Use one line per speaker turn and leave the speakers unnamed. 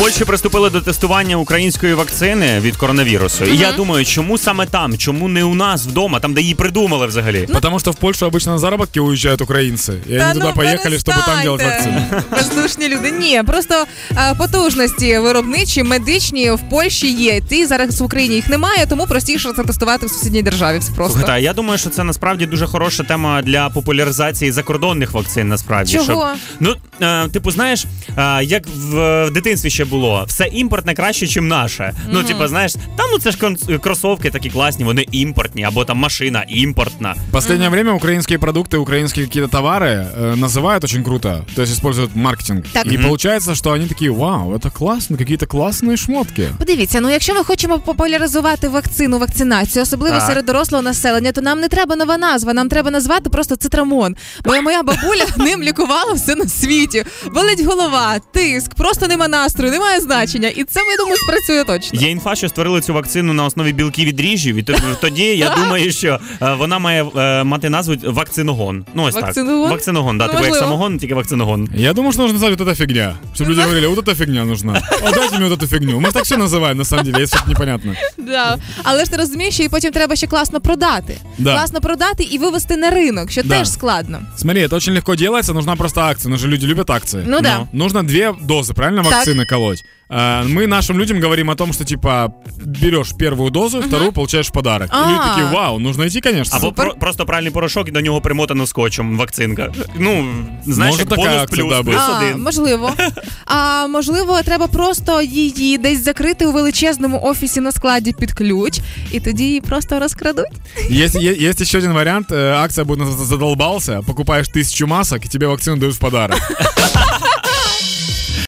Польщі приступили до тестування української вакцини від коронавірусу. І я думаю, чому саме там, чому не у нас вдома, там де її придумали взагалі.
Ну,
Потому что в Польшу обычно на заработки уезжают украинцы. И
Та
они туда
ну,
поехали, чтобы там делать
перестаньте.
вакцину.
Бездушні люди. Ні, просто е, потужності виробничі, медичні в Польщі є. Ті зараз в Україні їх немає, тому простіше це тестувати в сусідній державі. Все просто.
Слухайте, а я думаю, що це насправді дуже хороша тема для популяризації закордонних вакцин. Насправді
Чого?
Щоб, ну е, типу, знаєш, е, як в, е, в дитинстві ще було, все імпортне краще, ніж наше. Ну, типу, знаєш, там ну це ж кон- кросовки такі класні, вони імпортні, або там машина імпортна.
В последнее время украинские продукты, украинские какие-то товары э, называют очень круто. То есть используют маркетинг.
Так.
И получается, что они такие, вау, это классно, какие-то классные шмотки.
Подивіться, ну якщо ми хочемо популяризувати вакцину, вакцинацію, особливо
Так.
серед дорослого населення, то нам не треба нова назва, нам треба назвати просто цитрамон. Бо моя бабуля ним лікувала все на світі. Болить голова, тиск, просто нема настрою, немає значення. І це, я думаю, спрацює точно.
Є інфа, що створили цю вакцину на основі білків від дріжджів, і тод- тоді я думаю, що е, вона має е, мати назву вакциногон. Ну ось
Вакциногон?
так. Вакциногон, да,
Ну,
типу як
можливо.
самогон, тільки вакциногон.
Я думаю, что нужно назвать вот эта фигня. Чтобы
Ну.
люди говорили, вот эта фигня нужна. А дайте мне вот эту фигню. Мы же так все называем, на самом деле, если это непонятно.
Да. Але ж ти розумієш, що і потім треба ще класно продати.
Да.
Класно продати і вивести на ринок, що
Да.
теж складно.
Смотри, это очень легко делается, нужна просто акция. Ну же люди любят акции.
Ну да.
Нужно две дозы, правильно,
Так.
вакцины колоть. А, Мы нашим людям говорим о том, что типа берешь первую дозу, вторую получаешь в подарок. И люди
А.
такие, вау, нужно идти, конечно.
Або про, просто пральний порошок і до нього примотано скотчем вакцинка. Ну, знаєш,
Може
як
така
бонус
акція,
плюс,
да,
плюс
буде.
А,
один.
можливо. А можливо, треба просто її десь закрити у величезному офісі на складі під ключ, і тоді її просто розкрадуть.
Есть, е- есть еще один вариант. э, Акция будет называться «Задолбался». Покупаешь тысячу масок, и тебе вакцину дают в подарок.